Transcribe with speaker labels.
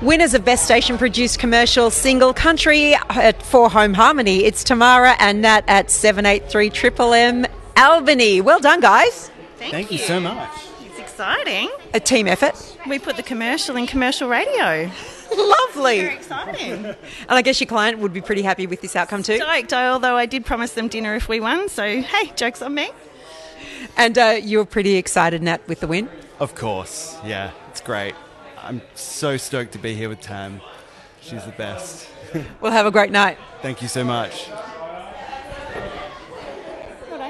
Speaker 1: Winners of Best Station Produced Commercial Single Country at for Home Harmony. It's Tamara and Nat at 783 Triple M Albany. Well done, guys.
Speaker 2: Thank,
Speaker 3: Thank you so much.
Speaker 2: It's exciting.
Speaker 1: A team effort.
Speaker 2: We put the commercial in commercial radio.
Speaker 1: Lovely.
Speaker 2: Very exciting.
Speaker 1: And I guess your client would be pretty happy with this outcome too.
Speaker 2: Stoked, I, although I did promise them dinner if we won, so hey, joke's on me.
Speaker 1: And uh, you were pretty excited, Nat, with the win.
Speaker 3: Of course. Yeah, it's great. I'm so stoked to be here with Tam. She's the best.
Speaker 1: Well, have a great night.
Speaker 3: Thank you so much.